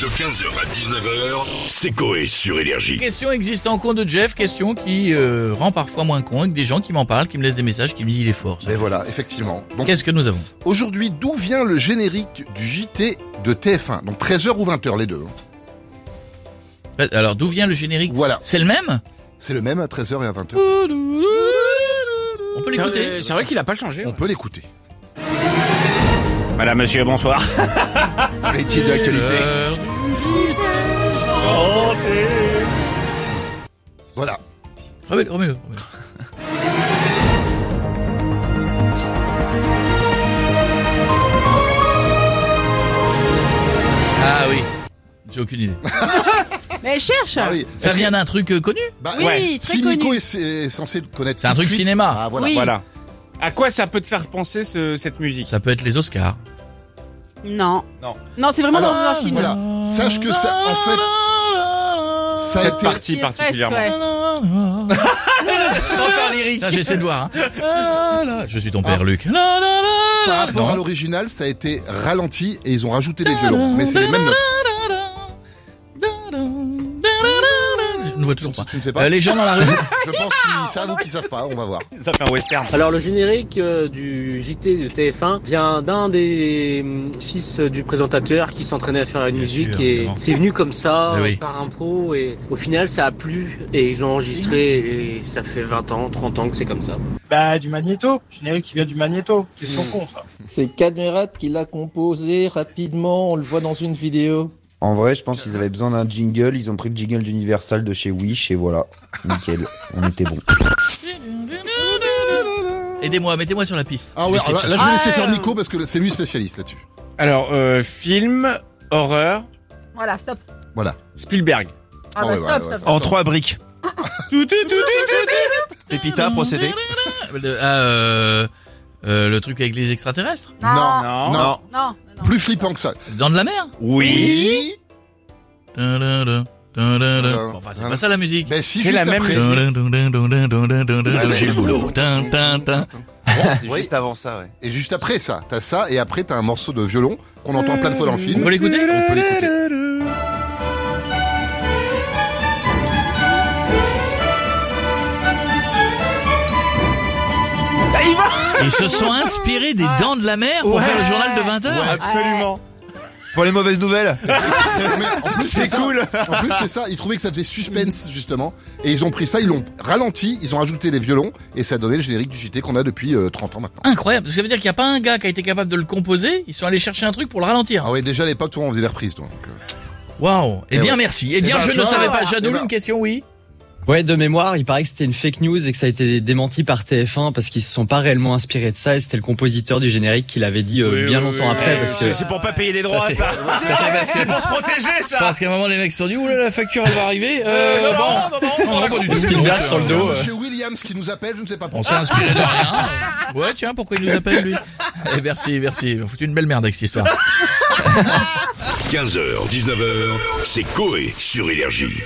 De 15h à 19h, c'est Coé sur Énergie. Question existe en con de Jeff, question qui euh, rend parfois moins con avec des gens qui m'en parlent, qui me laissent des messages, qui me disent il est fort. ça. Mais Ben voilà, effectivement. Donc Qu'est-ce que nous avons aujourd'hui, d'où vient le générique du JT de TF1 Donc 13h ou 20h les deux. hein. Bah, Alors d'où vient le générique Voilà, C'est le même c'est le même à 13h et à On 20h. peut C'est l'écouter euh, vrai- C'est vrai qu'il a pas changé. On peut l'écouter. Madame, monsieur, bonsoir. Les titres de l'actualité. L'heure du- Voilà. Remets-le, remets-le. remets-le. Ah oui, j'ai aucune idée. Mais cherche Ah oui. Ça vient d'un truc euh, connu Bah, Oui, Ouais. très si connu. Nico est, est censé le connaître. C'est un tout de truc suite- cinéma. Ah voilà. Oui. Voilà. À quoi ça peut te faire penser ce- cette musique Ça peut être les Oscars. Non. Non. Non, c'est vraiment Alors, dans un film. Ah voilà. Sache que ça, en fait, Ça a Cette été. partie Presque, particulièrement. ouais. Putain, J'essaie de voir. hein. Je suis ton père, Ah. Luc. Par rapport Ah, Non. à l'original, ça a été ralenti et ils ont rajouté des violons. Mais c'est les mêmes notes. Je ne vois toujours pas. Tu ne sais pas. Euh, les gens dans la rue. Je pense qu'ils savent ou qu'ils savent pas. On va voir. Ça fait un western. Alors le générique euh, du JT de TF1 vient d'un des hum, fils du présentateur qui s'entraînait à faire une Bien musique sûr, et évidemment. c'est venu comme ça Eh oui. euh, par impro et au final ça a plu et ils ont enregistré et ça fait 20 ans, 30 ans que c'est comme ça. Bah, du magnéto. Générique qui vient du magnéto. Ils sont Hmm. cons, ça. C'est Cadmerat qui l'a composé rapidement, on le voit dans une vidéo. En vrai, je pense qu'ils avaient besoin d'un jingle. Ils ont pris le jingle d'Universal de chez Wish et voilà. Nickel. On était bon. Aidez-moi, mettez-moi sur la piste. Ah ouais. J'essaie de Là, je chercher. vais Ah, laisser faire ouais. Nico parce que c'est lui spécialiste là-dessus. Alors, euh, film, horreur, Voilà, stop. Spielberg. Ah Ah bah ouais, ouais, stop, ouais. stop. En trois briques. Tout, tout, tout, tout, tout, tout. Pépita, procédé. Le- ah, euh, euh, le truc avec les extraterrestres Non. Non. Non. Non. non. Plus flippant que ça. Dans de la mer Oui. Tadada, tadada. Euh, Bon, Enfin, c'est euh, pas ça la musique. Ben si. C'est juste la même après. musique. J'ai le boulot. Tin, tin, tin. C'est juste avant ça, ouais. Et juste après ça, t'as ça, et après t'as un morceau de violon qu'on entend plein de fois dans le On film. peut l'écouter On peut l'écouter. Ils se sont inspirés des dents de la mer pour Ouais. faire le journal de 20 heures. Absolument. Pour les mauvaises nouvelles. Mais en plus, C'est ça. cool. En plus, c'est ça, ils trouvaient que ça faisait suspense, justement. Et ils ont pris ça, ils l'ont ralenti, ils ont ajouté les violons, et ça a donné le générique du JT qu'on a depuis euh, 30 ans maintenant. Incroyable, parce que ça veut dire qu'il n'y a pas un gars qui a été capable de le composer, ils sont allés chercher un truc pour le ralentir. Ah ouais, déjà à l'époque, toi, on faisait des reprises, toi. Donc, euh, Waouh, eh Eh bien ouais. merci. Eh Eh bien ben, je tu ne vois, savais pas, voilà. j'adore Eh ben. une question, oui. Ouais, de mémoire, il paraît que c'était une fake news et que ça a été démenti par TF1 parce qu'ils se sont pas réellement inspirés de ça et c'était le compositeur du générique qui l'avait dit euh, bien longtemps après parce que C'est pour pas payer les droits, droits, Ça, ça. c'est- ça. Ça, c'est parce que- C'est pour se protéger, ah. ça. Parce qu'à un moment les mecs se sont dit, oula la facture elle va arriver. Euh, bon, non, pas du tout. Spielberg sur le dos. euh, Monsieur Williams qui nous appelle, je ne sais pas on pourquoi. s'est inspiré de rien. Ouais tiens, pourquoi il nous appelle lui Eh, Merci, merci, on fout une belle merde avec cette histoire. 15h, 19h, c'est Coé sur Énergie.